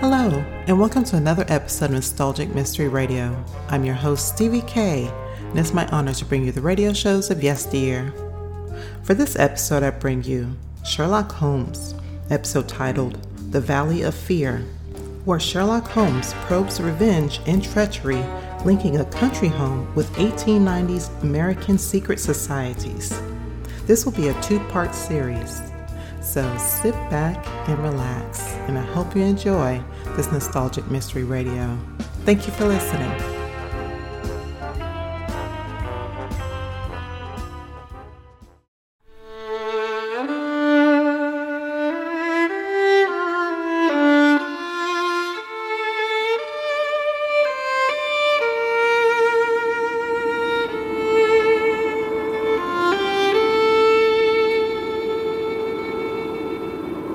Hello, and welcome to another episode of Nostalgic Mystery Radio. I'm your host, Stevie K, and it's my honor to bring you the radio shows of yesteryear. For this episode, I bring you Sherlock Holmes, episode titled The Valley of Fear, where Sherlock Holmes probes revenge and treachery, linking a country home with 1890s American secret societies. This will be a two part series. So sit back and relax, and I hope you enjoy this nostalgic mystery radio. Thank you for listening.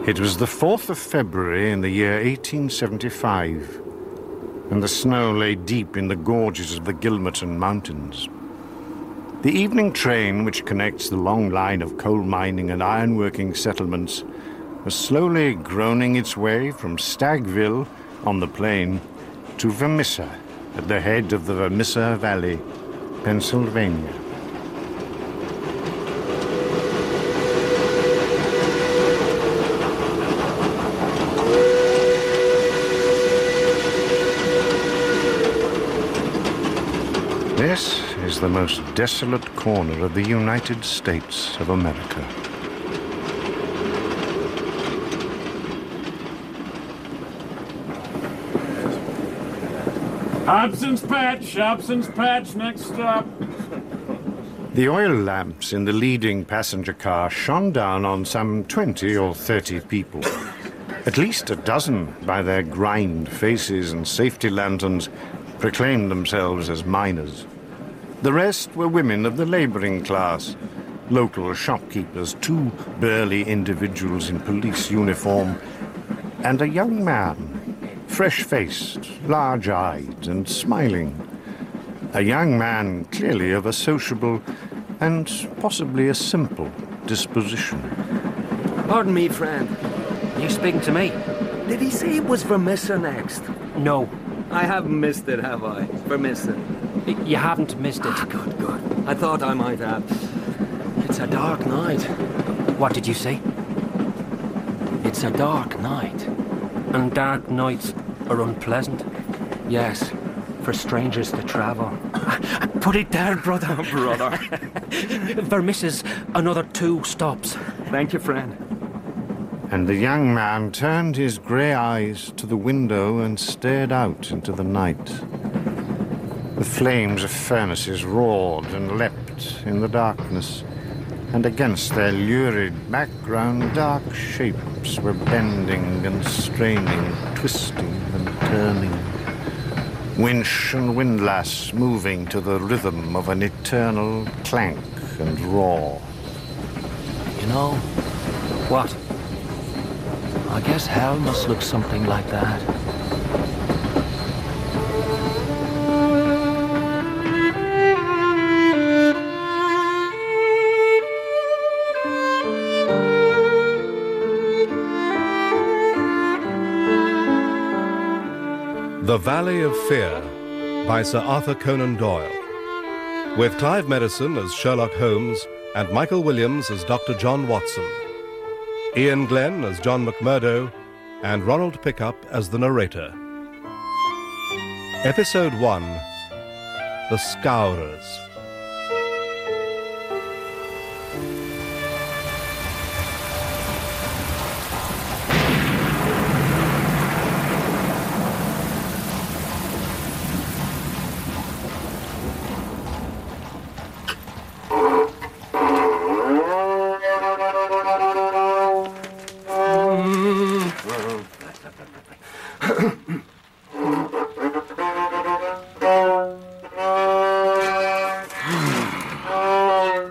It was the 4th of February in the year 1875, and the snow lay deep in the gorges of the Gilmerton Mountains. The evening train, which connects the long line of coal mining and ironworking settlements, was slowly groaning its way from Stagville on the plain to Vermissa at the head of the Vermissa Valley, Pennsylvania. This is the most desolate corner of the United States of America. Hobson's Patch, Hobson's Patch, next stop. The oil lamps in the leading passenger car shone down on some 20 or 30 people. At least a dozen, by their grimed faces and safety lanterns, proclaimed themselves as miners. The rest were women of the labouring class, local shopkeepers, two burly individuals in police uniform, and a young man, fresh faced, large eyed, and smiling. A young man clearly of a sociable and possibly a simple disposition. Pardon me, friend. You speaking to me? Did he say it was Vermissa next? No, I haven't missed it, have I? Vermissa. Ah, y- you haven't missed it. Good, good. I thought I might have. It's a dark night. What did you say? It's a dark night. And dark nights are unpleasant. Yes, for strangers to travel. Put it there, brother. Brother. Vermisses another two stops. Thank you, friend. And the young man turned his grey eyes to the window and stared out into the night. The flames of furnaces roared and leapt in the darkness, and against their lurid background, dark shapes were bending and straining, twisting and turning. Winch and windlass moving to the rhythm of an eternal clank and roar. You know? What? I guess hell must look something like that. The Valley of Fear by Sir Arthur Conan Doyle. With Clive Medicine as Sherlock Holmes and Michael Williams as Dr. John Watson. Ian Glenn as John McMurdo and Ronald Pickup as the narrator. Episode 1 The Scourers.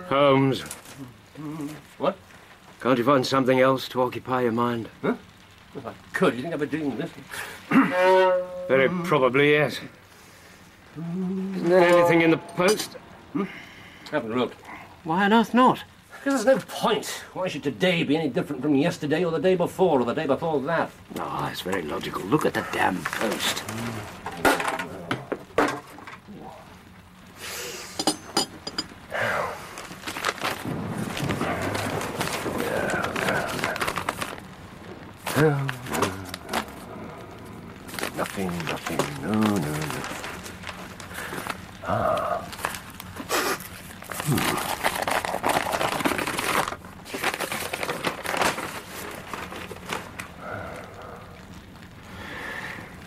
Holmes, What? can't you find something else to occupy your mind? I could. You think I'd be doing this? Very probably, yes. Isn't there anything in the post? Haven't looked. Why on earth not? Because there's no point. Why should today be any different from yesterday or the day before or the day before that? Ah, it's very logical. Look at the damn post. Nothing, nothing, no, no, no. Ah.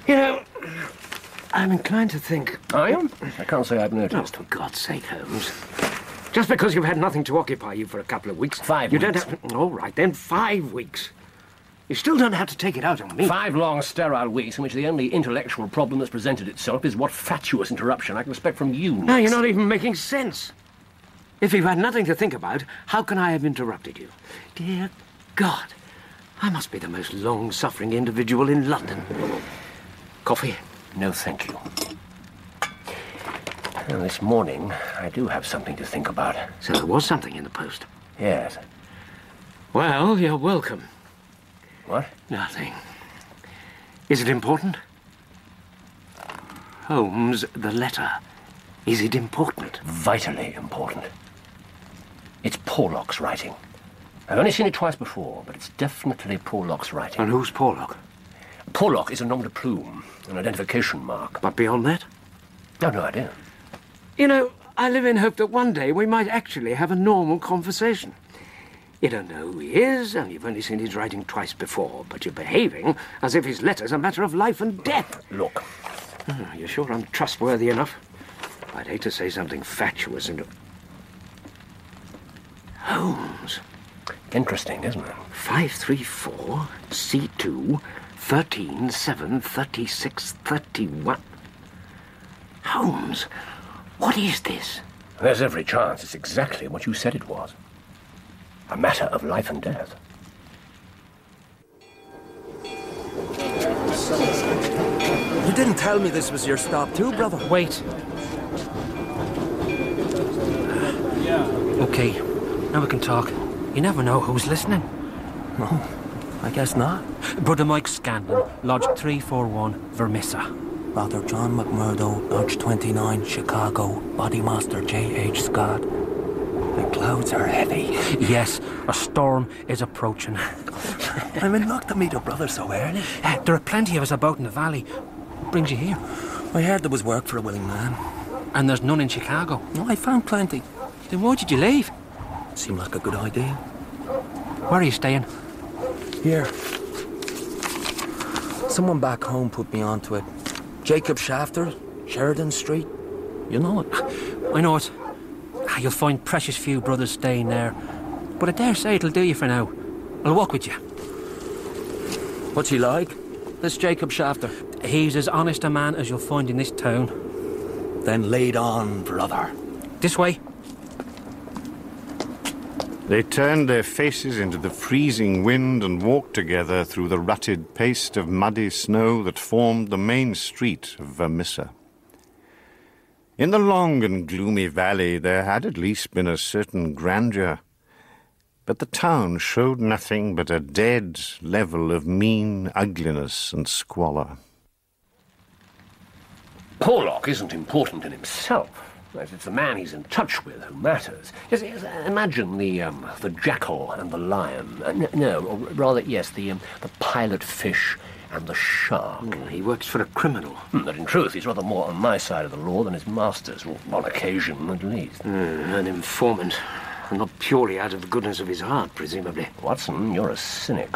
Hmm. You know, I'm inclined to think. I am. I can't say I've noticed. Just Oh, for God's sake, Holmes. Just because you've had nothing to occupy you for a couple of weeks. Five You weeks. don't have. All right, then, five weeks. You still don't have to take it out on me. Five long, sterile weeks in which the only intellectual problem that's presented itself is what fatuous interruption I can expect from you. Now, you're next. not even making sense. If you've had nothing to think about, how can I have interrupted you? Dear God, I must be the most long suffering individual in London. Coffee? No, thank you. Now, this morning, I do have something to think about. So there was something in the post. Yes. Well, you're welcome. What? Nothing. Is it important? Holmes, the letter. Is it important? Vitally important. It's Porlock's writing. I've only seen it twice before, but it's definitely Porlock's writing. And who's Porlock? Porlock is a nom de plume, an identification mark. But beyond that? I've no idea. You know, I live in hope that one day we might actually have a normal conversation. You don't know who he is, and you've only seen his writing twice before, but you're behaving as if his letter's a matter of life and death. Look, Are you sure I'm trustworthy enough? I'd hate to say something fatuous and. Holmes. interesting, isn't it? 534 C2 13 7 36 31. Holmes, what is this? There's every chance it's exactly what you said it was. A matter of life and death. You didn't tell me this was your stop, too, brother. Wait. Okay, now we can talk. You never know who's listening. No, I guess not. Brother Mike Scanlon, Lodge 341, Vermissa. Brother John McMurdo, Lodge 29, Chicago, Bodymaster J.H. Scott. The clouds are heavy. Yes, a storm is approaching. I'm in luck to meet a brother so early. Eh, There are plenty of us about in the valley. Brings you here. I heard there was work for a willing man. And there's none in Chicago. No, I found plenty. Then why did you leave? Seemed like a good idea. Where are you staying? Here. Someone back home put me onto it. Jacob Shafter, Sheridan Street. You know it. I know it. Ah, You'll find precious few brothers staying there. But I dare say it'll do you for now. I'll walk with you. What's he like? This Jacob Shafter. He's as honest a man as you'll find in this town. Then lead on, brother. This way. They turned their faces into the freezing wind and walked together through the rutted paste of muddy snow that formed the main street of Vermissa. In the long and gloomy valley there had at least been a certain grandeur, but the town showed nothing but a dead level of mean ugliness and squalor. Porlock isn't important in himself. It's it's the man he's in touch with who matters. Yes, yes, imagine the um, the jackal and the lion. Uh, n- no, or rather, yes, the um, the pilot fish and the shark. Hmm, He works for a criminal. Hmm, But in truth, he's rather more on my side of the law than his master's, or on occasion at least. Hmm, An informant. And not purely out of the goodness of his heart, presumably. Watson, you're a cynic.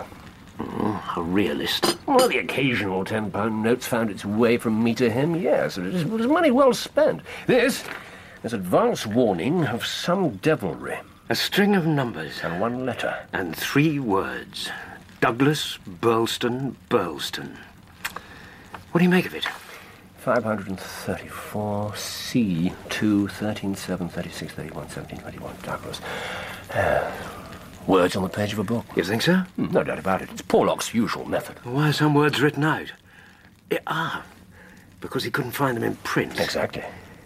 Oh, A realist. Well, the occasional ten-pound note's found its way from me to him, yes. It is, it is money well spent. This is advance warning of some devilry. A string of numbers And one letter. and three words Douglas Burlston Burlston. What do you make of it? 534 C 2 13 7 36 31 17 21 Douglas. Uh, words on the page of a book. You think so? Hmm, No doubt about it. It's Porlock's usual method. Why are some words written out? Eh, ah, because he couldn't find them in print. Exactly.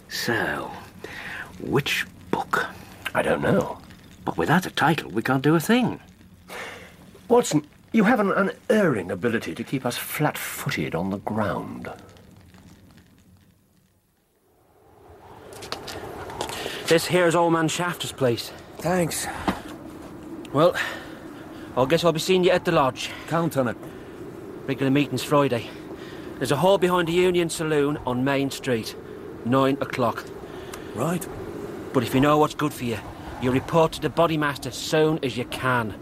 So, which book? I don't know. But without a title, we can't do a thing. Watson, you have an unerring ability to keep us flat footed on the ground. This here's old man Shafter's place. Thanks. Well, I guess I'll be seeing you at the lodge. Count on it. Regular meeting's Friday. There's a hall behind the Union Saloon on Main Street. Nine o'clock. Right. But if you know what's good for you, you report to the bodymaster soon as you can.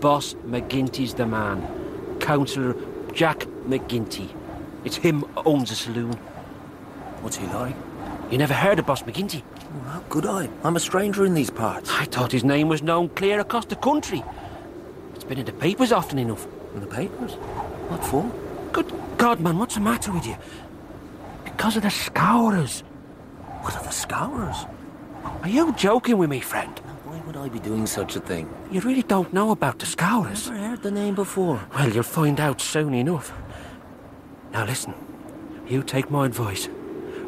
Boss McGinty's the man. Councillor Jack McGinty. It's him owns the saloon. What's he like? You never heard of Boss McGinty? How could I? I'm a stranger in these parts. I thought his name was known clear across the country. It's been in the papers often enough. In the papers? What for? Good God, man, what's the matter with you? Because of the Scourers. What are the Scourers? Are you joking with me, friend? Why would I be doing such a thing? You really don't know about the Scourers. Never heard the name before. Well, you'll find out soon enough. Now listen, you take my advice.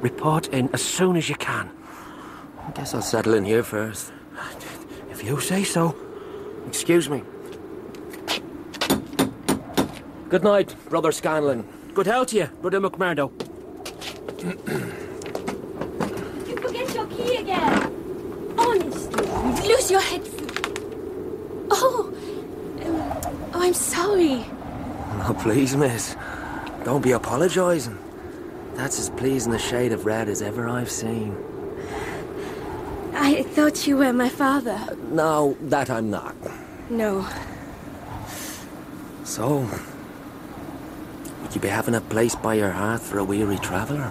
Report in as soon as you can. I guess I'll settle in here first. If you say so. Excuse me. Good night, Brother Scanlon. Good health to you, Brother McMurdo. You forget your key again. Honestly, you lose your head. Oh, um, oh, I'm sorry. Oh, please, miss. Don't be apologising. That's as pleasing a shade of red as ever I've seen. I thought you were my father. No, that I'm not. No, So, would you be having a place by your hearth for a weary traveller?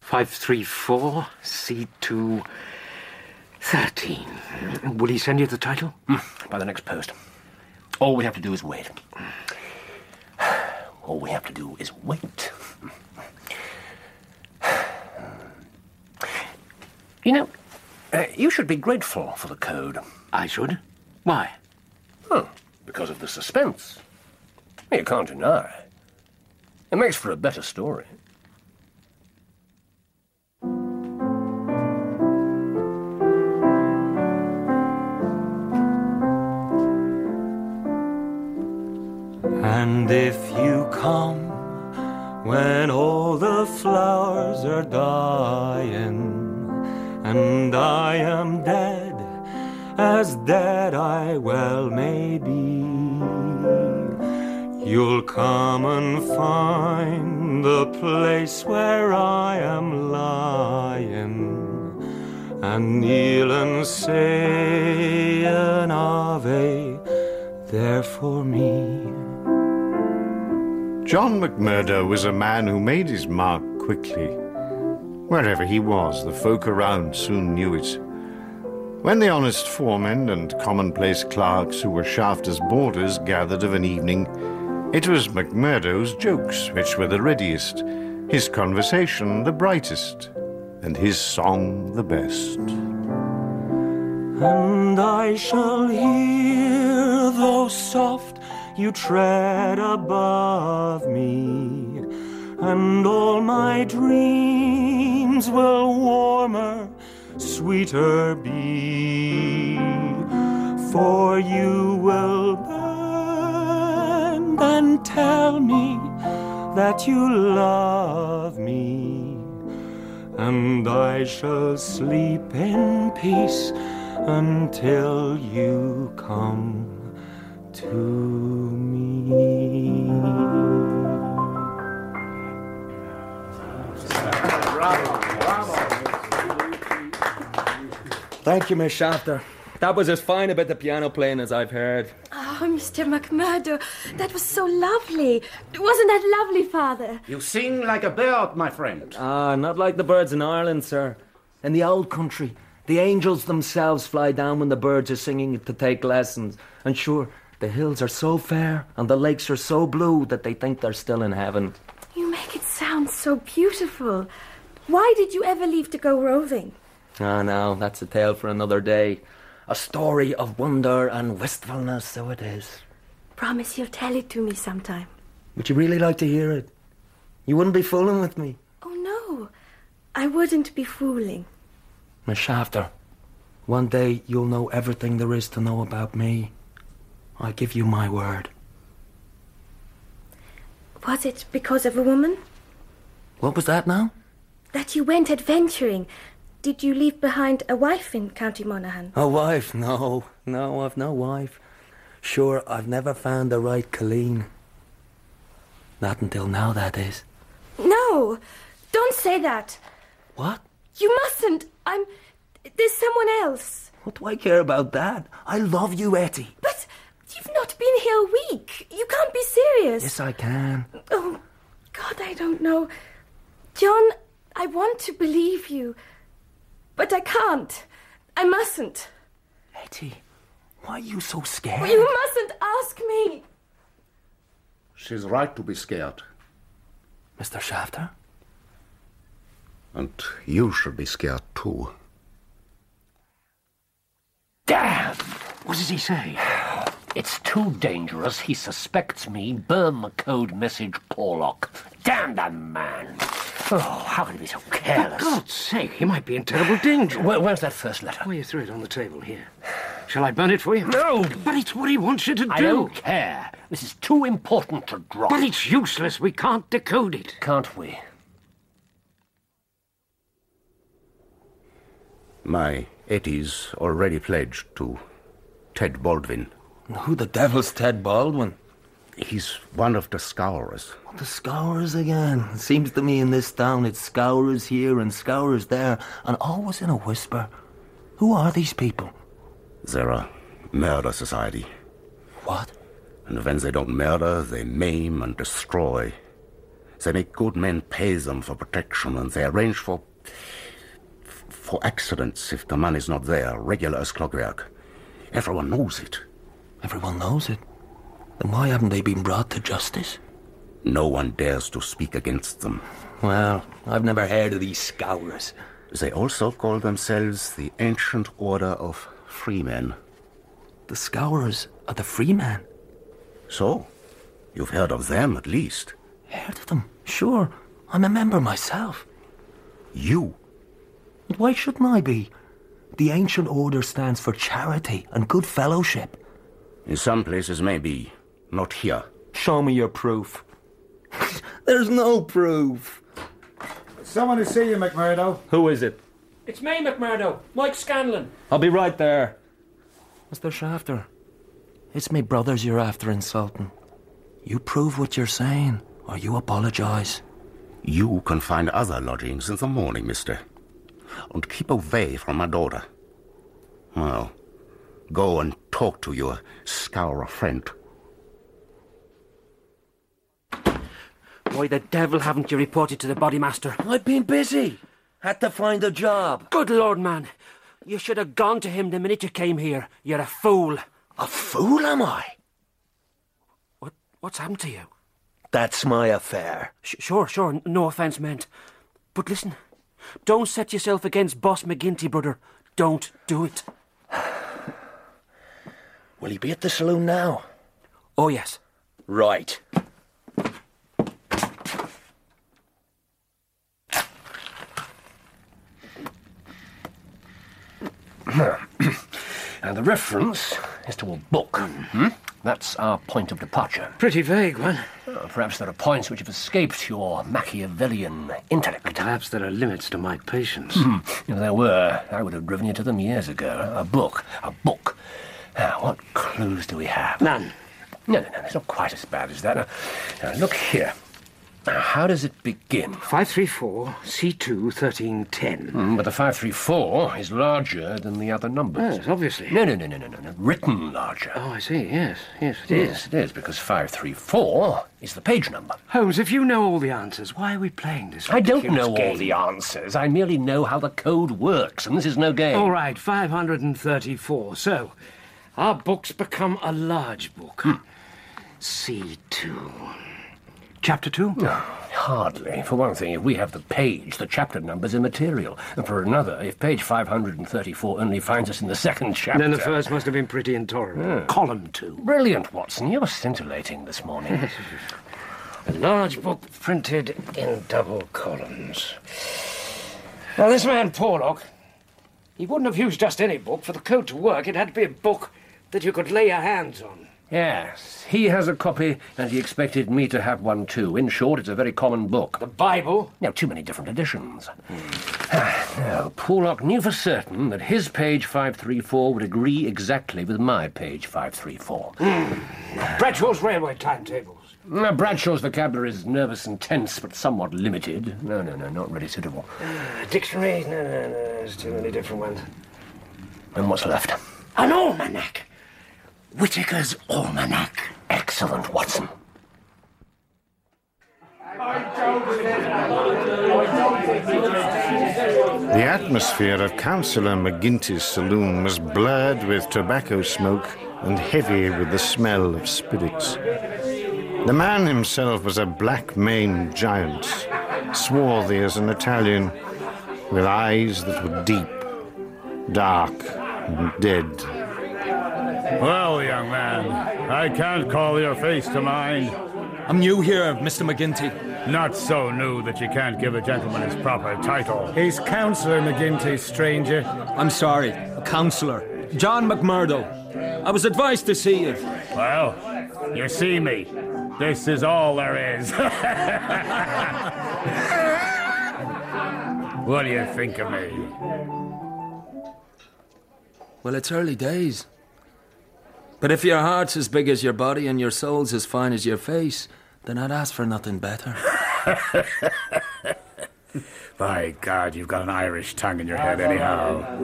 534 C2 13. Will he send you the title? Hmm, By the next post. All we have to do is wait. All we have to do is wait. You know, uh, you should be grateful for the code. I should. Why? Oh, because of the suspense. You can't deny. It makes for a better story. And if you come when all the flowers are dying, and I am dead, as dead I well may be, you'll come and find the place where I am lying, and kneel and say an Ave there for me. John McMurdo was a man who made his mark quickly. Wherever he was, the folk around soon knew it. When the honest foremen and commonplace clerks who were Shafter's boarders gathered of an evening, it was McMurdo's jokes which were the readiest, his conversation the brightest, and his song the best. And I shall hear those soft you tread above me, and all my dreams will warmer, sweeter be. For you will bend and tell me that you love me, and I shall sleep in peace until you come to me. Thank you, Miss Shafter. That was as fine a bit of piano playing as I've heard. Oh, Mr. McMurdo, that was so lovely. Wasn't that lovely, Father? You sing like a bird, my friend. Ah, not like the birds in Ireland, sir. In the old country, the angels themselves fly down when the birds are singing to take lessons. And sure, the hills are so fair and the lakes are so blue that they think they're still in heaven. You make it sound so beautiful. Why did you ever leave to go roving? Ah, now, that's a tale for another day. A story of wonder and wistfulness, so it is. Promise you'll tell it to me sometime. Would you really like to hear it? You wouldn't be fooling with me. Oh, no. I wouldn't be fooling. Miss Shafter, one day you'll know everything there is to know about me. I give you my word. Was it because of a woman What was that now? that you went adventuring? Did you leave behind a wife in County Monaghan? A wife? No, no, I've no wife. Sure, I've never found the right Colleen. Not until now, that is. No! Don't say that! What? You mustn't! I'm. There's someone else! What do I care about that? I love you, Etty. But you've not been here a week! You can't be serious! Yes, I can. Oh, God, I don't know. John, I want to believe you, but I can't. I mustn't. Etty, why are you so Well, scared? You mustn't ask me. She's right to be scared. Mr. Shafter? And you should be scared too. Damn! What does he say? It's too dangerous. He suspects me. Burn the code message, Porlock. Damn the man! Oh, how can he be so For careless? God's sake, he might be in terrible danger. Where, where's that first letter? Well, you threw it on the table here. Shall I burn it for you? No! But it's what he wants you to do. I don't care. This is too important to drop. But it's useless. We can't decode it. Can't we? My Etty's already pledged to Ted Baldwin. Who the devil's Ted Baldwin? He's one of the scourers. The scourers again. It seems to me in this town it's scourers here and scourers there, and always in a whisper. Who are these people? They're a murder society. What? And when they don't murder, they maim and destroy. They make good men pay them for protection, and they arrange for for accidents if the man is not there, regular as clockwork. Everyone knows it. Everyone knows it. Then why haven't they been brought to justice? No one dares to speak against them. Well, I've never heard of these scourers. They also call themselves the Ancient Order of Freemen. The scourers are the freeman. So, you've heard of them at least. Heard of them? Sure. I'm a member myself. You? And why shouldn't I be? The ancient order stands for charity and good fellowship. In some places, maybe. Not here. Show me your proof. There's no proof. Someone to see you, McMurdo. Who is it? It's me, McMurdo. Mike Scanlon. I'll be right there. Mr. Shafter, it's me brothers you're after insulting. You prove what you're saying, or you apologize. You can find other lodgings in the morning, mister. And keep away from my daughter. Well, go and talk to your scourer friend. Why the devil haven't you reported to the Bodymaster? I've been busy. Had to find a job. Good Lord, man. You should have gone to him the minute you came here. You're a fool. A fool am I? What, what's happened to you? That's my affair. Sh- sure, sure. n- No offence meant. But listen, don't set yourself against Boss McGinty, brother. Don't do it. Will he be at the saloon now? Oh, yes. Right. Now, the reference is to a book. Hmm? That's our point of departure. Pretty vague one. Uh, perhaps there are points which have escaped your Machiavellian intellect. Hmm. Perhaps there are limits to my patience. If there were, I would have driven you to them years ago. A book. A book. Now, Ah, what clues do we have? None. No, no, no. It's not quite as bad as that. Now, now look here. Now, how does it begin? 534 C2 1310. Hmm, but the 534 is larger than the other numbers. Yes, obviously. No, no, no, no, no, no, no. Written larger. Oh, I see. Yes, yes, it is. yes, it is, because 534 is the page number. Holmes, if you know all the answers, why are we playing this? I don't ridiculous know all game? the answers. I merely know how the code works, and this is no game. All right, 534. So, our book's become a large book. Hmm. C2. Chapter 2? Hardly. For one thing, if we have the page, the chapter number's immaterial. And for another, if page 534 only finds us in the second chapter. Then the first must have been pretty intolerable. Column 2. Brilliant, Watson. You're scintillating this morning. A large book printed in double columns. Now, this man, Porlock, He wouldn't have used just any book. For the code to work, it had to be a book that you could lay your hands on. Yes, he has a copy, and he expected me to have one too. In short, it's a very common book. The Bible? No, too many different editions. now, Porlock knew for certain that his page 534 would agree exactly with my page 534. Bradshaw's railway timetable. Now, Bradshaw's vocabulary is nervous and tense, but somewhat limited. No, no, no, not really suitable. Uh, dictionary? No, no, no. There's too many different ones. And what's left? An almanac! Whitaker's Almanac. Excellent, Watson. The atmosphere of Councillor McGinty's saloon was blurred with tobacco smoke and heavy with the smell of spirits. The man himself was a black maned giant, swarthy as an Italian, with eyes that were deep, dark, and dead. Well, young man, I can't call your face to mind. I'm new here, Mr. McGinty. Not so new that you can't give a gentleman his proper title. He's Councillor McGinty, stranger. I'm sorry, Councillor. John McMurdo. I was advised to see you. Well, you see me. This is all there is. what do you think of me? Well, it's early days. But if your heart's as big as your body and your soul's as fine as your face, then I'd ask for nothing better. By God, you've got an Irish tongue in your head, anyhow.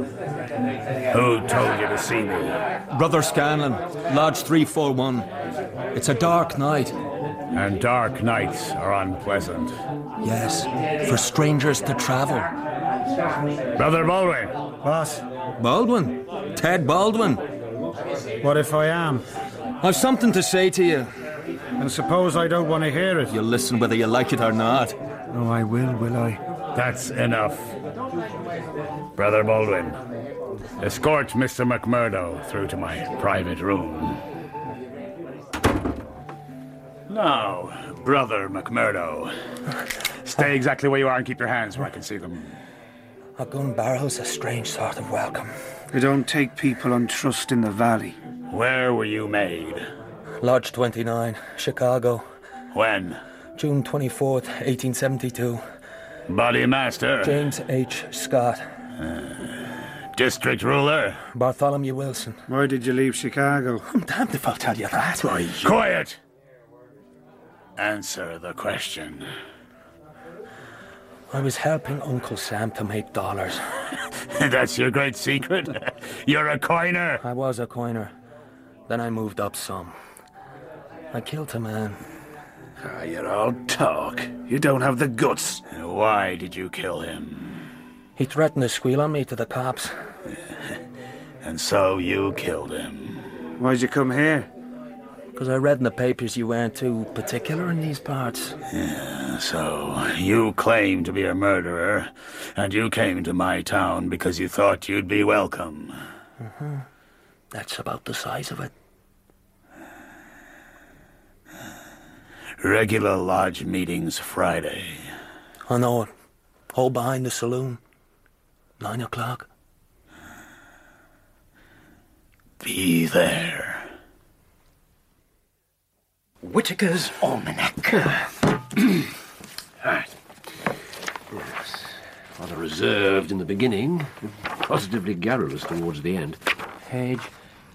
Who told you to see me? Brother Scanlon, Lodge 341. It's a dark night. And dark nights are unpleasant. Yes, for strangers to travel. Brother Baldwin. What? Baldwin? Ted Baldwin? What if I am? I've something to say to you. And suppose I don't want to hear it. You'll listen whether you like it or not. Oh, I will, will I? That's enough. Brother Baldwin, escort Mr. McMurdo through to my private room. Now, Brother McMurdo, stay exactly where you are and keep your hands where I can see them. A gun barrel's a strange sort of welcome. They don't take people on trust in the valley. Where were you made? Lodge 29, Chicago. When? June 24th, 1872. Body master. James H. Scott. District ruler. Bartholomew Wilson. Why did you leave Chicago? I'm damned if I'll tell you that. Quiet! Answer the question. I was helping Uncle Sam to make dollars. That's your great secret? You're a coiner. I was a coiner. Then I moved up some. I killed a man. Ah, you're all talk. You don't have the guts. Why did you kill him? He threatened to squeal on me to the cops. And so you killed him. Why'd you come here? Because I read in the papers you weren't too particular in these parts. So you claim to be a murderer, and you came to my town because you thought you'd be welcome. hmm That's about the size of it. Regular lodge meetings Friday. I know it. All behind the saloon. Nine o'clock. Be there. Whitaker's Almanac. Right. Yes. Rather reserved in the beginning, positively garrulous towards the end. Page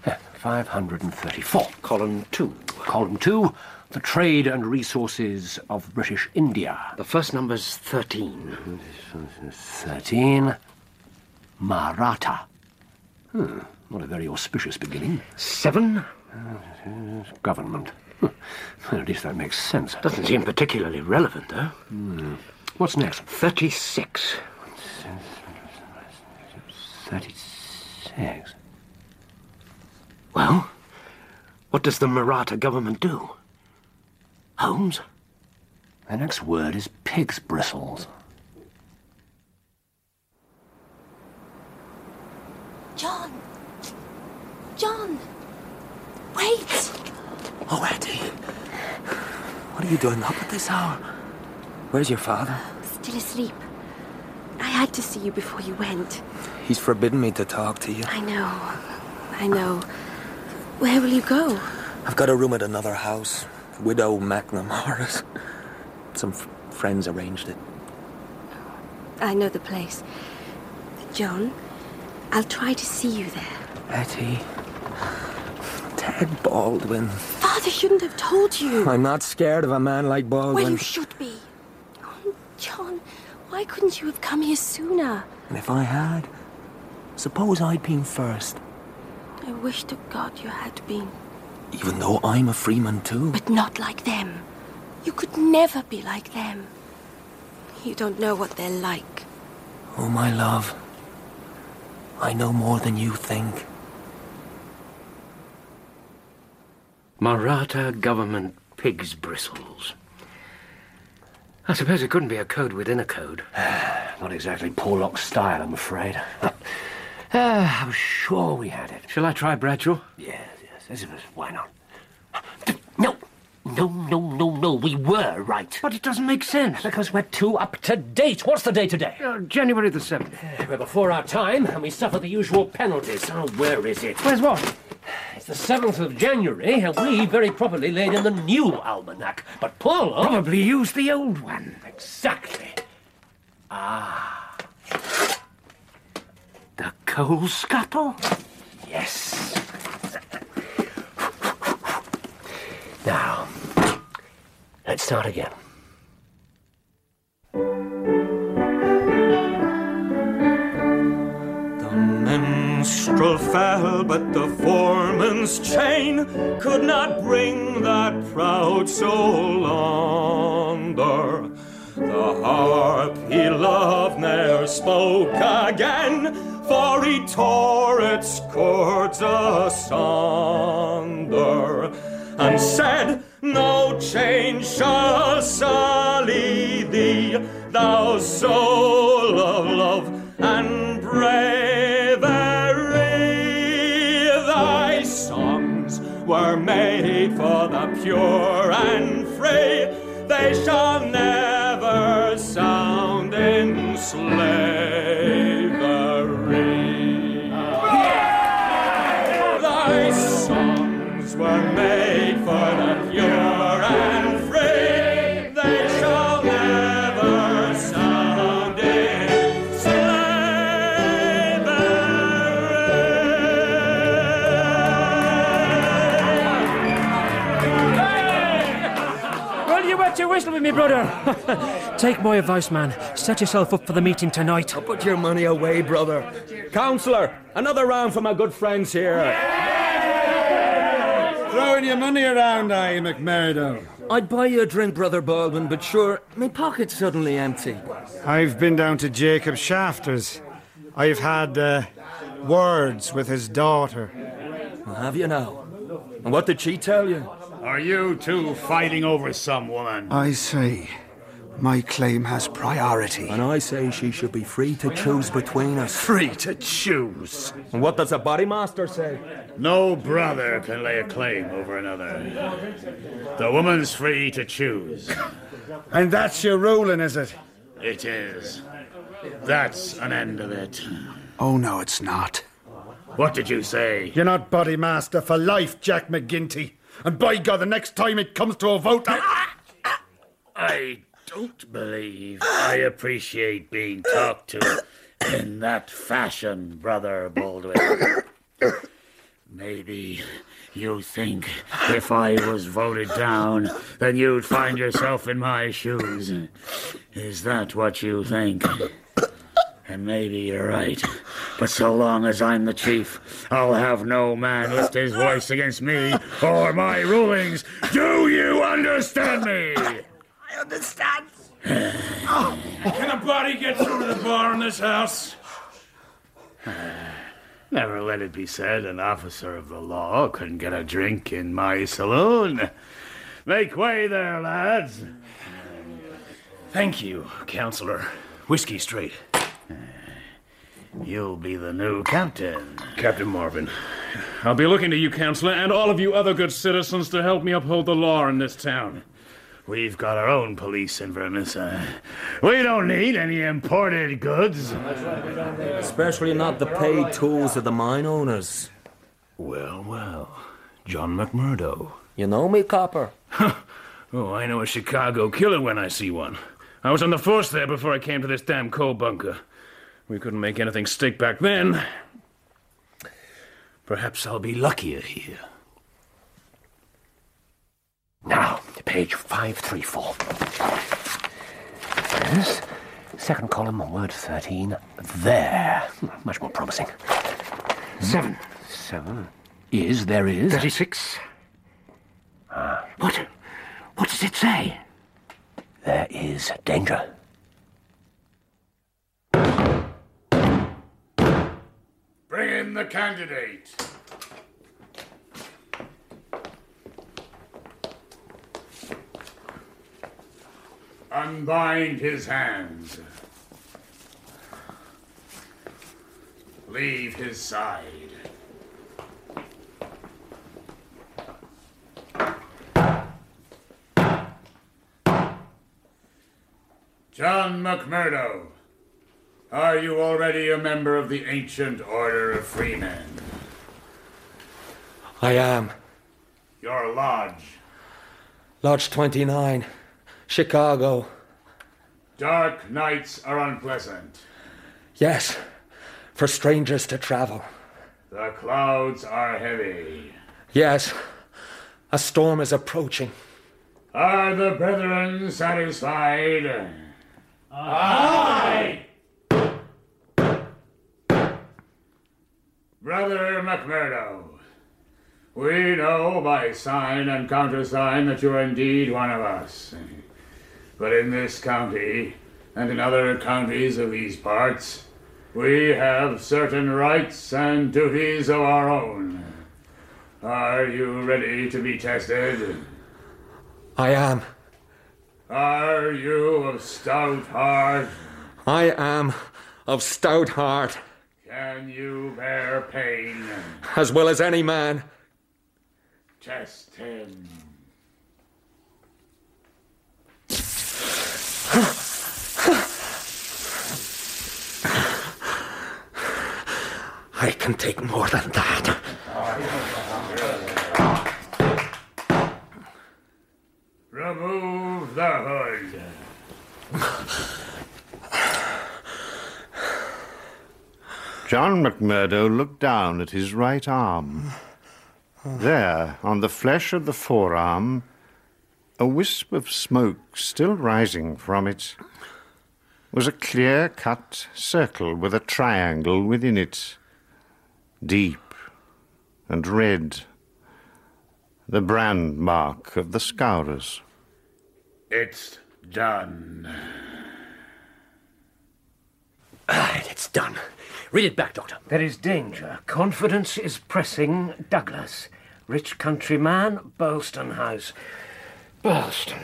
eh, 534, column 2. Column 2, the trade and resources of British India. The first number's 13. 13, Maratha. Hmm, not a very auspicious beginning. 7. Government. Hmm, well, at least that makes sense. Doesn't seem particularly relevant, though. Hmm. What's next? 36. 36. Well, what does the Maratha government do? Holmes? The next word is pig's bristles. John! John! Wait! Oh, Eddie. What are you doing up at this hour? Where's your father? Still asleep. I had to see you before you went. He's forbidden me to talk to you. I know. I know. Where will you go? I've got a room at another house. Widow McNamara's. Some f- friends arranged it. I know the place. John, I'll try to see you there. Etty. Ted Baldwin. Father shouldn't have told you. I'm not scared of a man like Baldwin. Well, you should be. Oh, John, why couldn't you have come here sooner? and if I had, suppose I'd been first. I wish to God you had been, Even though I'm a freeman too. but not like them. You could never be like them. You don't know what they're like. Oh, my love. I know more than you think. Maratha government pig's bristles. I suppose it couldn't be a code within a code. Not exactly Porlock style, I'm afraid. Ah, I was Oh, sure we had it. Shall I try Bradshaw? Yes, yes, yes, yes, why not? No, no, no, no, no, we were right. But it doesn't make sense. Because we're too up to date. What's the day today? Eh, Uh, January the 7th. We're before our time, and we suffer the usual penalties. Oh, where is it? Where's what? It's the 7th of January, and we very properly laid in the new almanac. But Porlock... Probably used the old one. Exactly. Ah, The coal scuttle? yes. Now, let's start again. Minstrel fell, but the foreman's chain could not bring that proud soul under. The harp he loved ne'er spoke again, for he tore its chords asunder and said, No chain shall sully thee, thou soul of love and bravery. Thy songs were made for the pure and free, they shall never sound in slavery. Thy songs were made for the pure and free. They shall never sound in Well, you were too whistle with me, brother. Take my advice, man. Set yourself up for the meeting tonight. I'll put your money away, brother. Counselor, another round for my good friends here. Throwing your money around, are you, McMurdo? I'd buy you a drink, Brother Baldwin, but sure, my pocket's suddenly empty. I've been down to Jacob Shafter's. I've had uh, words with his daughter. Have you now? And what did she tell you? Are you two fighting over some woman? I say, my claim has priority. And I say she should be free to choose between us. Free to choose. And what does a bodymaster say? No brother can lay a claim over another. The woman's free to choose. And that's your ruling, is it? It is. That's an end of it. Oh, no, it's not. What did you say? You're not bodymaster for life, Jack McGinty. And by God, the next time it comes to a vote, I- I don't believe I appreciate being talked to in that fashion, Brother Baldwin. Maybe you think if I was voted down, then you'd find yourself in my shoes. Is that what you think? And maybe you're right. But so long as I'm the chief, I'll have no man lift his voice against me or my rulings. Do you understand me? I understand. Can a body get through to the bar in this house? Never let it be said an officer of the law couldn't get a drink in my saloon. Make way there, lads. Thank you, counselor. Whiskey straight. You'll be the new captain. Captain Marvin. I'll be looking to you, Counselor, and all of you other good citizens to help me uphold the law in this town. We've got our own police in Vermis. Uh, we don't need any imported goods. Especially not the paid tools of the mine owners. Well, well. John McMurdo. You know me, copper. Oh, I know a Chicago killer when I see one. I was on the force there before I came to this damn coal bunker. We couldn't make anything stick back then. Perhaps I'll be luckier here. Now, page 534. Yes. Second column on word 13. There. Hmm, Much more promising. Seven. Seven. Is, there is. Ah. 36. what? What does it say? There is danger. Bring in the candidate. Unbind his hands. Leave his side. John McMurdo, are you already a member of the Ancient Order of Freemen? I am. Your lodge, Lodge 29, Chicago. dark nights are unpleasant. Yes, for strangers to travel. The clouds are heavy. Yes, a storm is approaching. Are the brethren satisfied? Aye. Brother McMurdo, we know by sign and countersign that you're indeed one of us. But in this county, and in other counties of these parts, we have certain rights and duties of our own. Are you ready to be tested? I am. Are you of stout heart? I am of stout heart, Can you bear pain? as well as any man. Test him. I can take more than that. Remove the hood. John McMurdo looked down at his right arm. There, on the flesh of the forearm, a wisp of smoke still rising from it, was a clear cut circle with a triangle within it, deep and red, the brand mark of the Scourers. It's done. It's done. Read it back, Doctor. There is danger. Confidence is pressing. Douglas. Rich countryman, Burlston House. Burlston.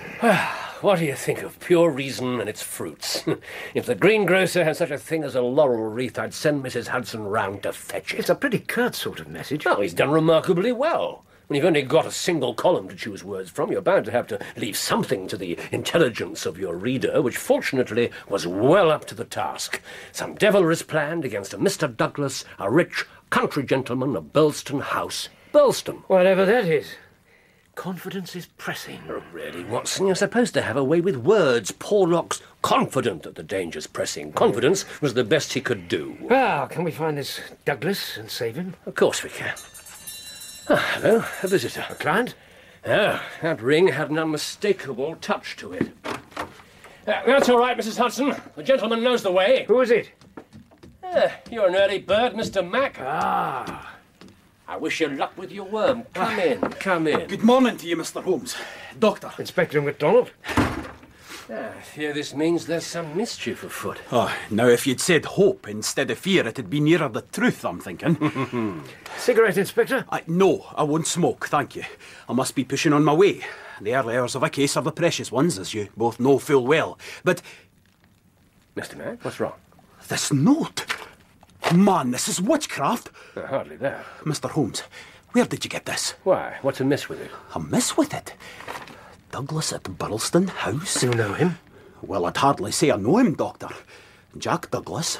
what do you think of pure reason and its fruits? if the greengrocer had such a thing as a laurel wreath, I'd send Mrs. Hudson round to fetch it. It's a pretty curt sort of message. Oh, he's done remarkably well. When you've only got a single column to choose words from, you're bound to have to leave something to the intelligence of your reader, which fortunately was well up to the task. Some devil is planned against a Mr. Douglas, a rich country gentleman of Burlston House. Burlston. Whatever that is. Confidence is pressing. Really, Watson, you're supposed to have a way with words. Poor Locke's confident that the danger's pressing. Confidence was the best he could do. Ah, can we find this Douglas and save him? Of course we can. Ah, hello, a visitor. A client? Oh, that ring had an unmistakable touch to it. Uh, that's all right, Mrs. Hudson. The gentleman knows the way. Who is it? you're an early bird, Mr. Mack. Ah. I wish you luck with your worm. Come in, come in. Good morning to you, Mr. Holmes. Doctor. Inspector MacDonald. I fear Ah, this means there's some mischief afoot. Oh, now if you'd said hope instead of fear, it'd be nearer the truth, I'm thinking. Cigarette, Inspector? I, no, I won't smoke, thank you. I must be pushing on my way. The early hours of a case are the precious ones, as you both know full well. But. Mr. Mack, what's wrong? This note! Man, this is witchcraft! hardly that. Mr. Holmes, where did you get this? Why, what's amiss with it? Amiss with it? Douglas at Burleston House. You know him? Well, I'd hardly say I know him, Doctor. Jack Douglas.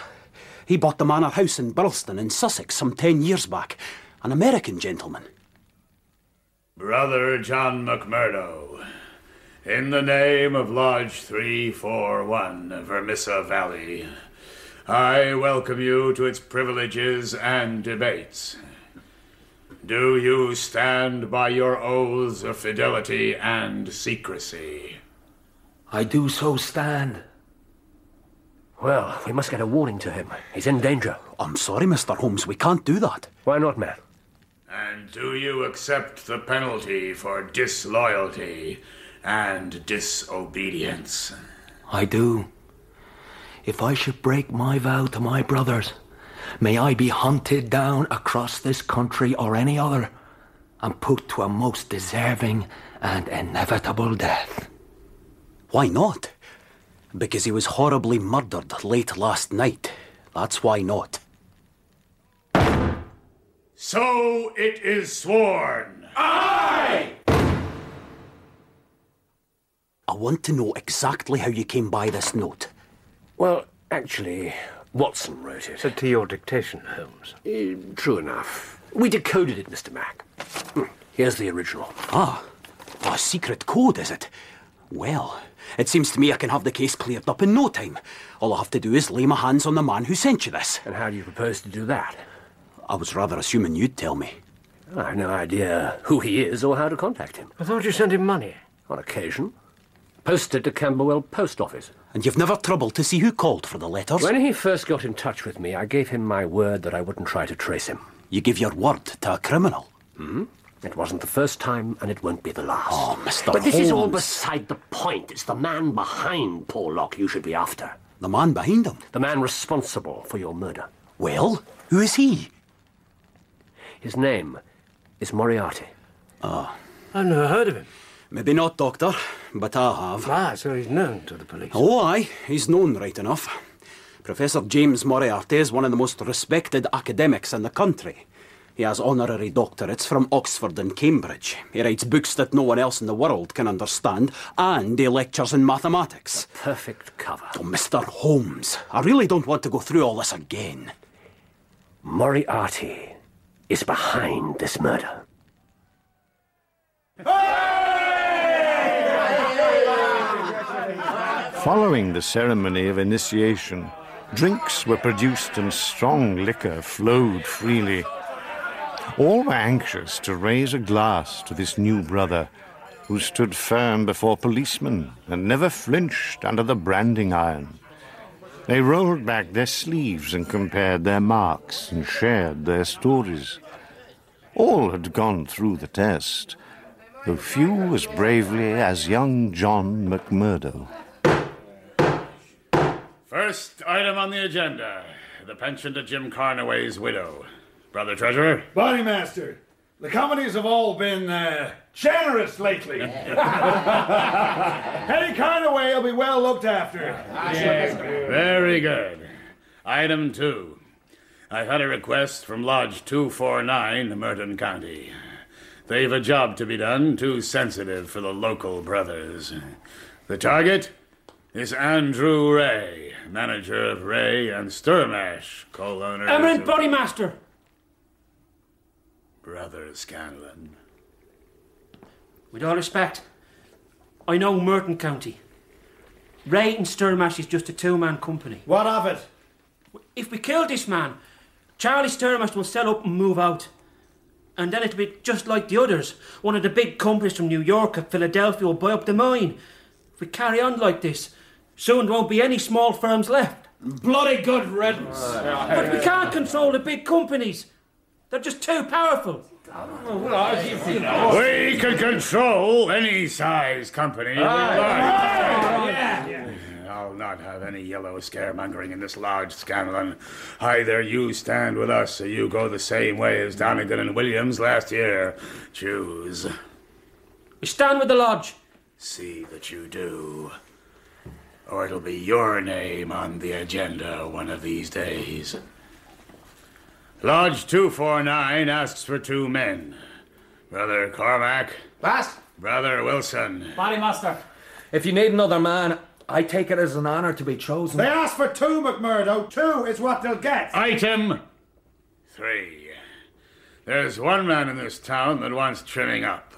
He bought the manor house in Burleston in Sussex some ten years back. An American gentleman. Brother John McMurdo, in the name of Lodge 341, Vermissa Valley, I welcome you to its privileges and debates. Do you stand by your oaths of fidelity and secrecy? I do so stand. Well, we must get a warning to him. He's in danger. I'm sorry, Mr. Holmes, we can't do that. Why not, man? And do you accept the penalty for disloyalty and disobedience? I do. If I should break my vow to my brothers, may I be hunted down across this country or any other and put to a most deserving and inevitable death. Why not? Because he was horribly murdered late last night. That's why not. So it is sworn. I want to know exactly how you came by this note. Well, actually, Watson wrote it. To your dictation, Holmes. Eh, true enough. We decoded it, Mr. Mack. Hmm, Here's the original. Ah, a secret code, is it? Well, it seems to me I can have the case cleared up in no time. All I have to do is lay my hands on the man who sent you this. And how do you propose to do that? I was rather assuming you'd tell me. I have no idea who he is or how to contact him. I thought you sent him money. On occasion. Posted to Camberwell Post Office. And you've never troubled to see who called for the letters? When he first got in touch with me, I gave him my word that I wouldn't try to trace him. You give your word to a criminal? Hmm? It wasn't the first time, and it won't be the last. Oh, Mr. But this is all Holmes. beside the point. It's the man behind Porlock you should be after. The man behind him? The man responsible for your murder. Well, who is he? His name is Moriarty. Ah. I've never heard of him. Maybe not, Doctor, but I have. Ah, so he's known to the police. Oh, aye, he's known right enough. Professor James Moriarty is one of the most respected academics in the country. He has honorary doctorates from Oxford and Cambridge. He writes books that no one else in the world can understand, and he lectures in mathematics. perfect cover. Oh, Mr. Holmes, I really don't want to go through all this again. Moriarty is behind this murder. Following the ceremony of initiation, drinks were produced and strong liquor flowed freely. All were anxious to raise a glass to this new brother, who stood firm before policemen and never flinched under the branding iron. They rolled back their sleeves and compared their marks and shared their stories. All had gone through the test, though few as bravely as young John McMurdo. First item on the agenda the pension to Jim Carnaway's widow. Brother Treasurer? Bodymaster, the comedies have all been uh, generous lately. Any kind of way will be well looked after. Very good. Item two. I've had a request from Lodge 249, Merton County. They've a job to be done, too sensitive for the local brothers. The target is Andrew Ray, manager of Ray and Sturmash, co owner. Eminent Bodymaster! Brother Scanlon. With all respect, I know Merton County. Ray and Sturmash is just a two man company. What of it? If we kill this man, Charlie Sturmash will sell up and move out. And then it'll be just like the others. One of the big companies from New York or Philadelphia will buy up the mine. If we carry on like this, soon there won't be any small firms left. Bloody good riddance. But we can't control the big companies. They're just too powerful. We can control any size company. we like. I'll not have any yellow scaremongering in this lodge, Scanlon. Either you stand with us or you go the same way as Donegan and Williams last year. Choose. We stand with the lodge. See that you do. Or it'll be your name on the agenda one of these days. Lodge 249 asks for two men Brother Cormac. What? Brother Wilson. Body master. If you need another man, I take it as an honor to be chosen. They asked for two, McMurdo. Two is what they'll get. Item three. There's one man in this town that wants trimming up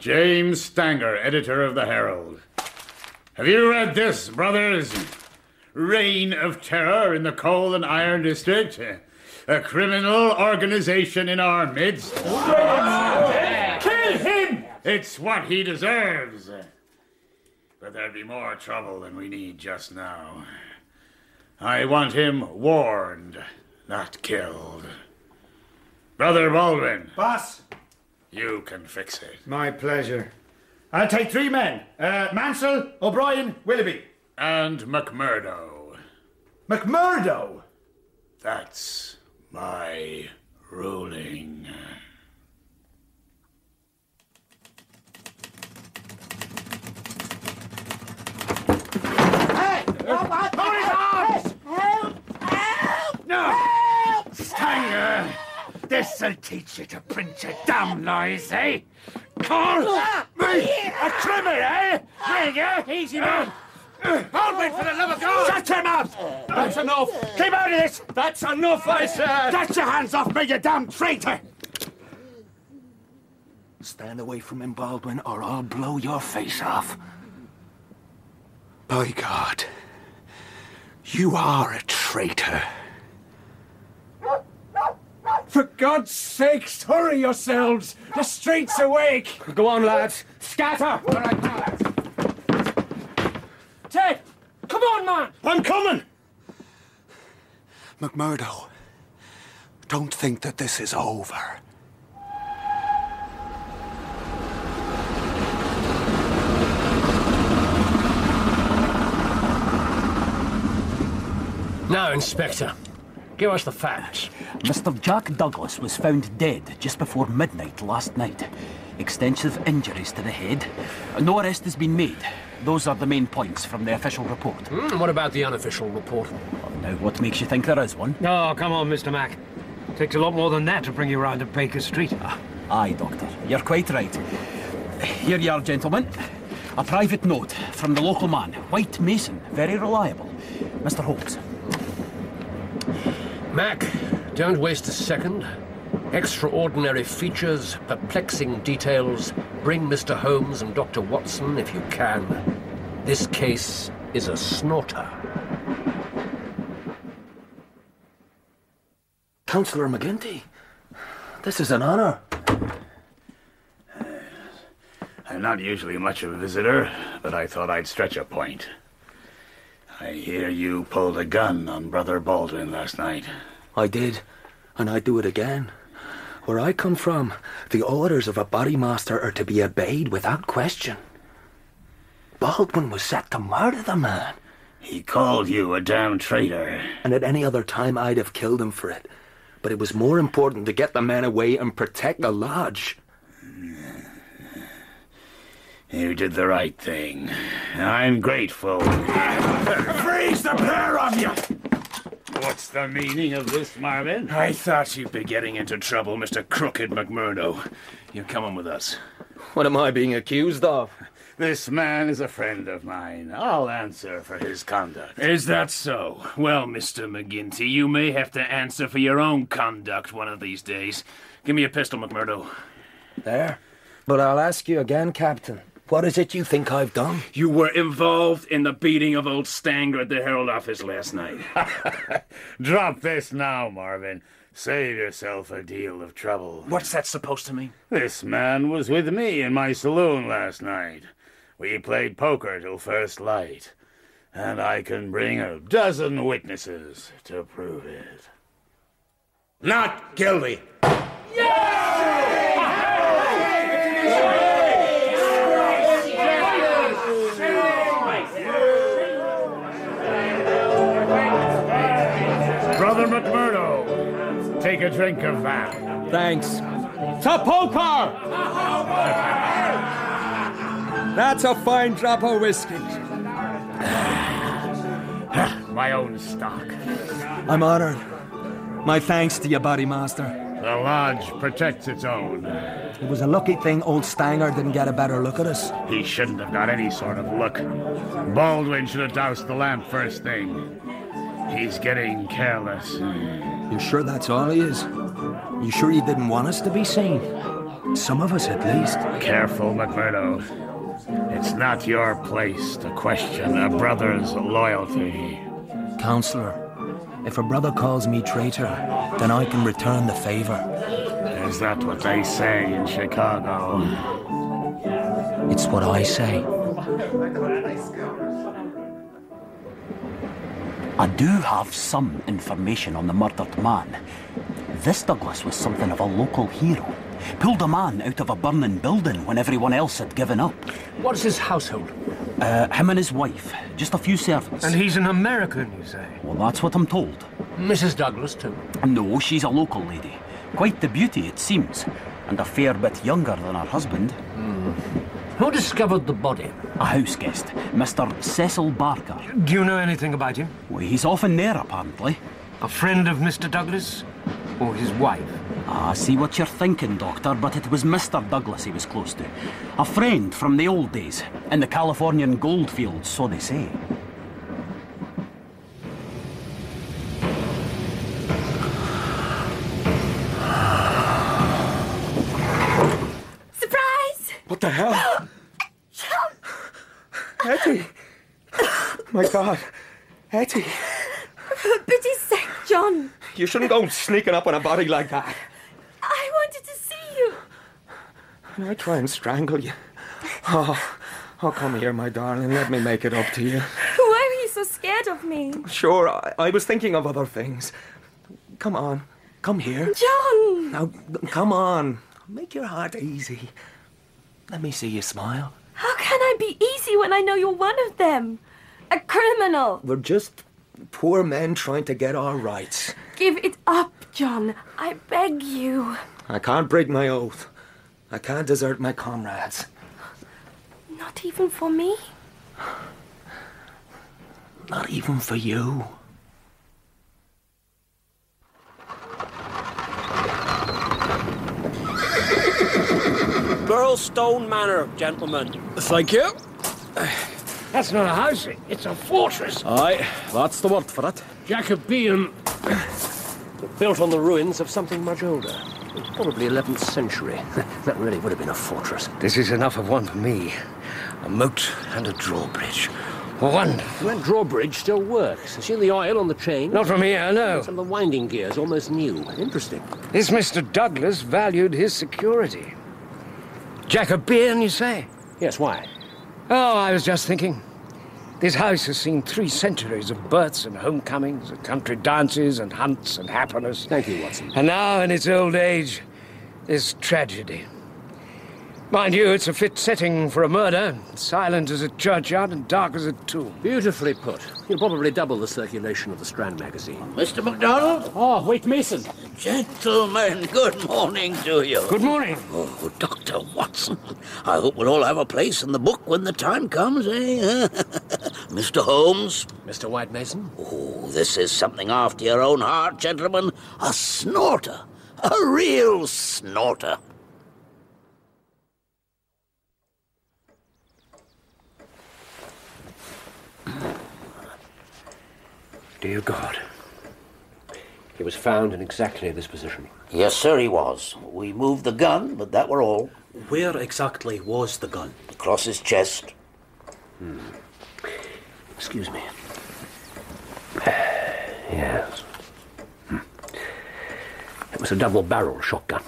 James Stanger, editor of the Herald. Have you read this, brothers? Reign of Terror in the Coal and Iron District? A criminal organization in our midst? Kill him! It's what he deserves. But there'd be more trouble than we need just now. I want him warned, not killed. Brother Baldwin. Boss. You can fix it. My pleasure. I'll take three men uh, Mansell, O'Brien, Willoughby. And McMurdo. McMurdo? That's my ruling. No! Stanger! This'll teach you to print your damn lies, eh? Call me a trimmer, eh? There you go. Easy, man. Hold me for the love of God! Shut him up! That's enough! Keep out of this! That's enough, I said! Get your hands off me, you damn traitor! Stand away from him, Baldwin, or I'll blow your face off. By God. You are a traitor. For God's sakes, hurry yourselves! The street's awake! Go on, lads. Scatter! All right, now, lads. Ted! Come on, man! I'm coming! McMurdo, don't think that this is over. Now, Inspector, give us the facts. Mr. Jack Douglas was found dead just before midnight last night. Extensive injuries to the head. No arrest has been made. Those are the main points from the official report. Hmm, what about the unofficial report? Now, what makes you think there is one? Oh, come on, Mr. Mack. Takes a lot more than that to bring you round to Baker Street. Ah, Aye, Doctor. You're quite right. Here you are, gentlemen. A private note from the local man, White Mason. Very reliable. Mr. Holmes. Mac, don't waste a second. Extraordinary features, perplexing details. Bring Mr. Holmes and Dr. Watson if you can. This case is a snorter. Councillor McGinty, this is an honor. I'm not usually much of a visitor, but I thought I'd stretch a point. I hear you pulled a gun on Brother Baldwin last night. I did, and I do it again. Where I come from, the orders of a bodymaster are to be obeyed without question. Baldwin was set to murder the man. He called you a damn traitor. And at any other time, I'd have killed him for it. But it was more important to get the man away and protect the lodge. You did the right thing. I'm grateful. Freeze the pair of you! What's the meaning of this, Marvin? I thought you'd be getting into trouble, Mr. Crooked McMurdo. You're coming with us. What am I being accused of? This man is a friend of mine. I'll answer for his conduct. Is that so? Well, Mr. McGinty, you may have to answer for your own conduct one of these days. Give me a pistol, McMurdo. There. But I'll ask you again, Captain. What is it you think I've done? You were involved in the beating of old Stanger at the Herald office last night. Drop this now, Marvin. Save yourself a deal of trouble. What's that supposed to mean? This man was with me in my saloon last night. We played poker till first light. And I can bring a dozen witnesses to prove it. Not guilty. Brother McMurdo, take a drink of that. Thanks. To poker! That's a fine drop of whiskey. My own stock. I'm honored. My thanks to your bodymaster. The lodge protects its own. It was a lucky thing old Stanger didn't get a better look at us. He shouldn't have got any sort of look. Baldwin should have doused the lamp first thing. He's getting careless. You sure that's all he is? You sure you didn't want us to be seen? Some of us, at least. Careful, McMurdo. It's not your place to question a brother's loyalty. Counselor, if a brother calls me traitor, then I can return the favor. Is that what they say in Chicago? It's what I say. I do have some information on the murdered man. This Douglas was something of a local hero. Pulled a man out of a burning building when everyone else had given up. What's his household? Uh, him and his wife. Just a few servants. And he's an American, you say? Well, that's what I'm told. Mrs. Douglas, too. No, she's a local lady. Quite the beauty, it seems. And a fair bit younger than her husband. Hmm. Who discovered the body? A house guest, Mr. Cecil Barker. Do you know anything about him? Well, he's often there, apparently. A friend of Mr. Douglas? Or his wife? I Ah, see what you're thinking, Doctor, but it was Mr. Douglas he was close to. A friend from the old days, in the Californian goldfields, so they say. Surprise! What the hell? Etty! My God. Etty, For pity's sake, John. you shouldn't go sneaking up on a body like that. I wanted to see you. And I try and strangle you. Oh, oh, come here, my darling. Let me make it up to you. Why were you so scared of me? Sure, I, I was thinking of other things. Come on. Come here. John! Now, come on. Make your heart easy. Let me see you smile. How can I be easy when I know you're one of them? A criminal. We're just poor men trying to get our rights. Give it up, John. I beg you. I can't break my oath. I can't desert my comrades. Not even for me. Not even for you. Burlstone Manor, gentlemen. Thank you. That's not a house, it's a fortress. Aye, that's the word for it. Jacobean. Built on the ruins of something much older. Probably 11th century. that really would have been a fortress. This is enough of one for me. A moat and a drawbridge. Wonderful. That drawbridge still works. Has seen the oil on the chain? Not from here, no. Some of the winding gears, almost new. Interesting. This Mr. Douglas valued his security. Jacobean, you say? Yes, why? Oh, I was just thinking. This house has seen three centuries of births and homecomings, and country dances and hunts and happiness. Thank you, Watson. And now, in its old age, this tragedy. Mind you, it's a fit setting for a murder, silent as a churchyard and dark as a tomb. Beautifully put. You'll probably double the circulation of the Strand magazine. Mr. MacDonald? Oh, wait, Mason. Gentlemen, good morning to you. Good morning. Oh, Dr. Watson. I hope we'll all have a place in the book when the time comes, eh? Mr. Holmes? Mr. White Mason? Oh, this is something after your own heart, gentlemen. A snorter. A real snorter. Dear God. He was found in exactly this position. Yes, sir, he was. We moved the gun, but that were all. Where exactly was the gun? Hmm. Across his chest. Excuse me. Yes. Hmm. It was a double barrel shotgun.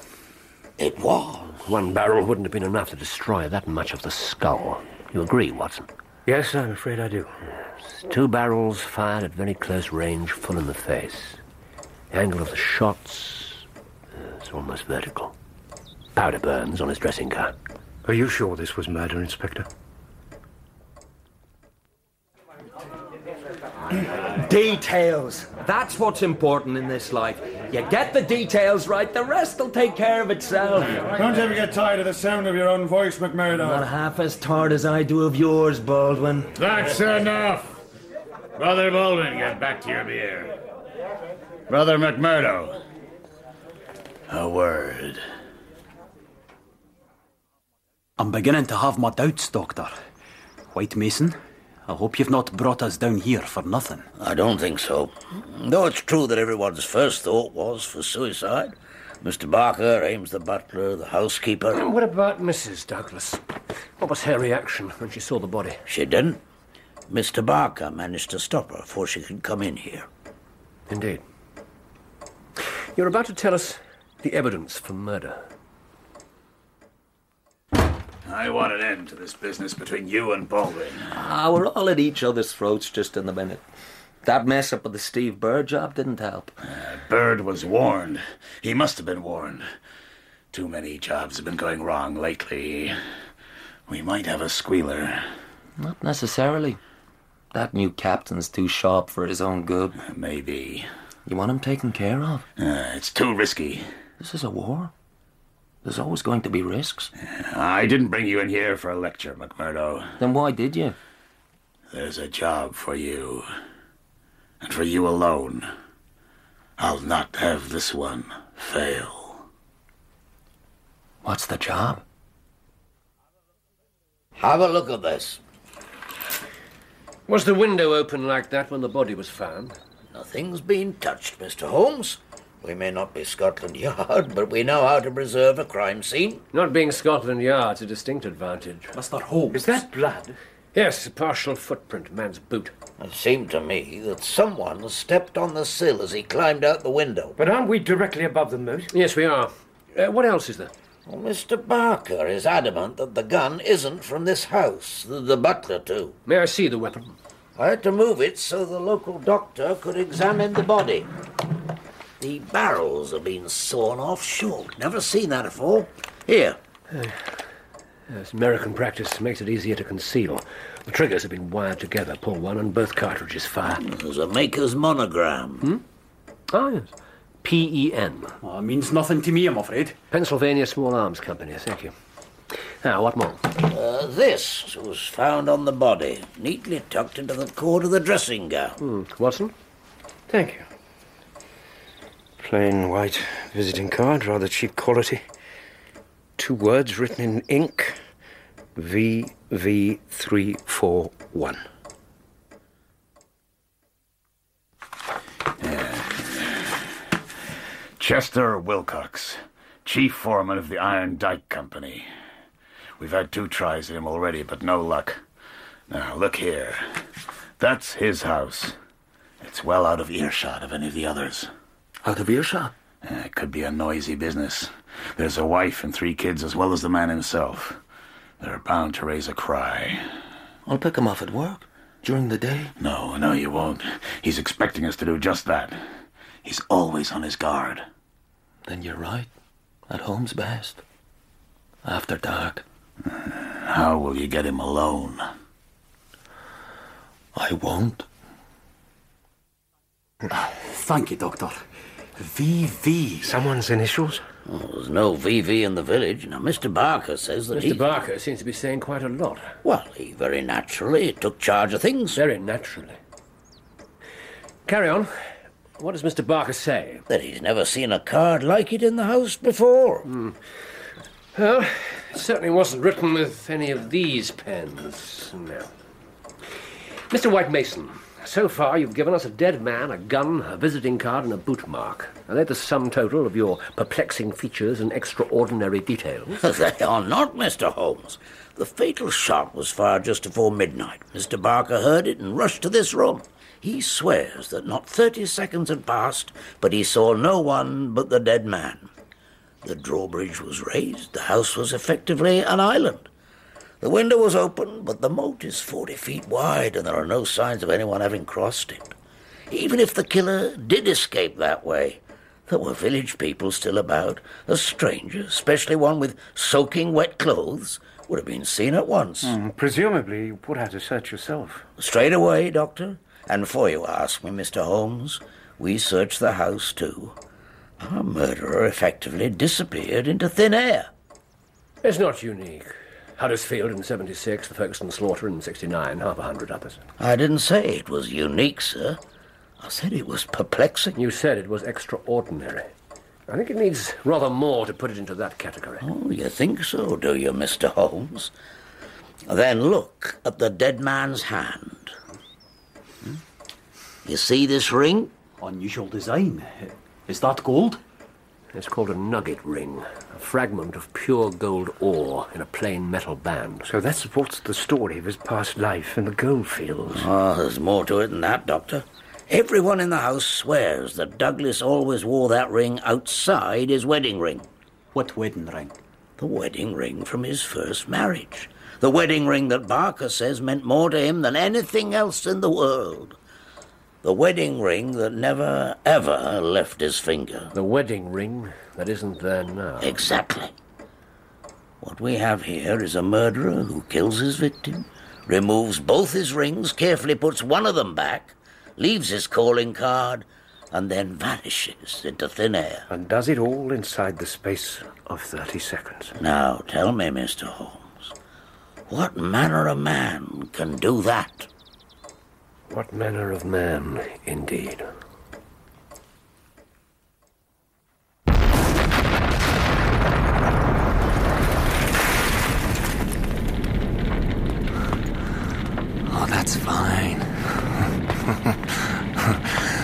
It was. One barrel wouldn't have been enough to destroy that much of the skull. You agree, Watson? Yes, I'm afraid I do. Two barrels fired at very close range, full in the face. Angle of the shots uh, it's almost vertical. Powder burns on his dressing gown. Are you sure this was murder, Inspector? Details. That's what's important in this life. You get the details right, the rest will take care of itself. Don't ever get tired of the sound of your own voice, Not McMurdo. half as tired as I do of yours, Baldwin. That's enough. Brother Baldwin, get back to your beer. Brother McMurdo, a word. I'm beginning to have my doubts, Doctor. White Mason, I hope you've not brought us down here for nothing. I don't think so. Though it's true that everyone's first thought was for suicide. Mr. Barker, Ames the butler, the housekeeper. What about Mrs. Douglas? What was her reaction when she saw the body? She didn't. Mr. Barker managed to stop her before she could come in here. Indeed. You're about to tell us the evidence for murder. I want an end to this business between you and Baldwin. Ah, we're all at each other's throats just in the minute. That mess up with the Steve Bird job didn't help. Bird was warned. He must have been warned. Too many jobs have been going wrong lately. We might have a squealer. Not necessarily. That new captain's too sharp for his own good. Uh, Maybe. Uh, You want him taken care of? it's too risky. This is a war. There's always going to be risks. Uh, I didn't bring you in here for a lecture, McMurdo. Then why did you? There's a job for you. And for you alone. I'll not have this one fail. What's the job? Have a look at this. Was the window open like that when the body was found? Nothing's been touched, Mr. Holmes. We may not be Scotland Yard, but we know how to preserve a crime scene. Not being Scotland Yard's a distinct advantage. Mr. Holmes. Is that blood? Yes, a partial footprint, man's boot. It seemed to me that someone stepped on the sill as he climbed out the window. But aren't we directly above the moat? Yes, we are. Uh, what else is there? Well, Mr. Barker is adamant that the gun isn't from this house, the, the butler, too. May I see the weapon? I had to move it so the local doctor could examine the body. The barrels have been sawn off short. Never seen that before. Here. Yes, American practice makes it easier to conceal. The triggers have been wired together. Pull one and both cartridges fire. Hmm, There's a maker's monogram. Hmm? Ah, yes. P-E-N. Well, it means nothing to me, I'm afraid. Pennsylvania Small Arms Company, thank you. Now, what more? Uh, this was found on the body, neatly tucked into the cord of the dressing gown. Hmm, Watson? Thank you. Plain white visiting card, rather cheap quality. Two words written in ink VV341. Chester Wilcox, chief foreman of the Iron Dike Company. We've had two tries at him already, but no luck. Now, look here. That's his house. It's well out of earshot of any of the others. Out of earshot? Uh, It could be a noisy business. There's a wife and three kids, as well as the man himself. They're bound to raise a cry. I'll pick him up at work. During the day? No, no, you won't. He's expecting us to do just that. He's always on his guard. Then you're right. At home's best. After dark. How will you get him alone? I won't. Thank you, Doctor. VV. Someone's initials? there's no VV in the village. Now, Mr. Barker says that he. Mr. Barker seems to be saying quite a lot. Well, he very naturally took charge of things. Very naturally. Carry on. What does Mr. Barker say? That he's never seen a card like it in the house before. Hmm. Well, it certainly wasn't written with any of these pens. No. Mr. White Mason, so far you've given us a dead man, a gun, a visiting card, and a boot mark. Are they the sum total of your perplexing features and extraordinary details? they are not, Mr. Holmes. The fatal shot was fired just before midnight. Mr. Barker heard it and rushed to this room. He swears that not 30 seconds had passed, but he saw no one but the dead man. The drawbridge was raised, the house was effectively an island. The window was open, but the moat is 40 feet wide, and there are no signs of anyone having crossed it. Even if the killer did escape that way, there were village people still about. A stranger, especially one with soaking wet clothes, would have been seen at once. Hmm, presumably, you put out a search yourself. Straight away, Doctor. And before you ask me, Mr. Holmes, we searched the house too. Our murderer effectively disappeared into thin air. It's not unique. Huddersfield in 76, the Folkestone slaughter in 69, half a hundred others. I didn't say it was unique, sir. I said it was perplexing. You said it was extraordinary. I think it needs rather more to put it into that category. Oh, you think so, do you, Mr. Holmes? Then look at the dead man's hand. Hmm? You see this ring? Unusual design. Is that gold? It's called a nugget ring, a fragment of pure gold ore in a plain metal band. So that supports the story of his past life in the goldfields. Oh, there's more to it than that, Doctor. Everyone in the house swears that Douglas always wore that ring outside his wedding ring. What wedding ring? The wedding ring from his first marriage. The wedding ring that Barker says meant more to him than anything else in the world. The wedding ring that never, ever left his finger. The wedding ring that isn't there now. Exactly. What we have here is a murderer who kills his victim, removes both his rings, carefully puts one of them back, leaves his calling card, and then vanishes into thin air. And does it all inside the space of 30 seconds. Now, tell me, Mr. Holmes, what manner of man can do that? What manner of man, indeed? Oh, that's fine.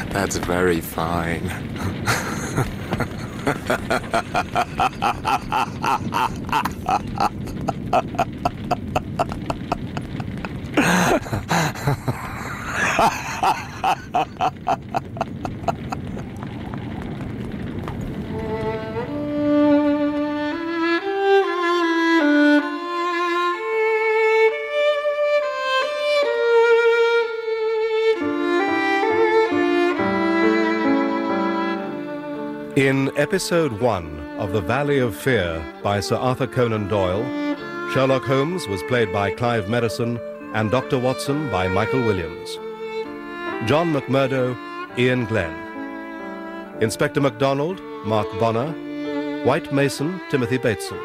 that's very fine. In Episode 1 of The Valley of Fear by Sir Arthur Conan Doyle, Sherlock Holmes was played by Clive Medicine and Dr. Watson by Michael Williams. John McMurdo, Ian Glenn. Inspector MacDonald, Mark Bonner. White Mason, Timothy Bateson.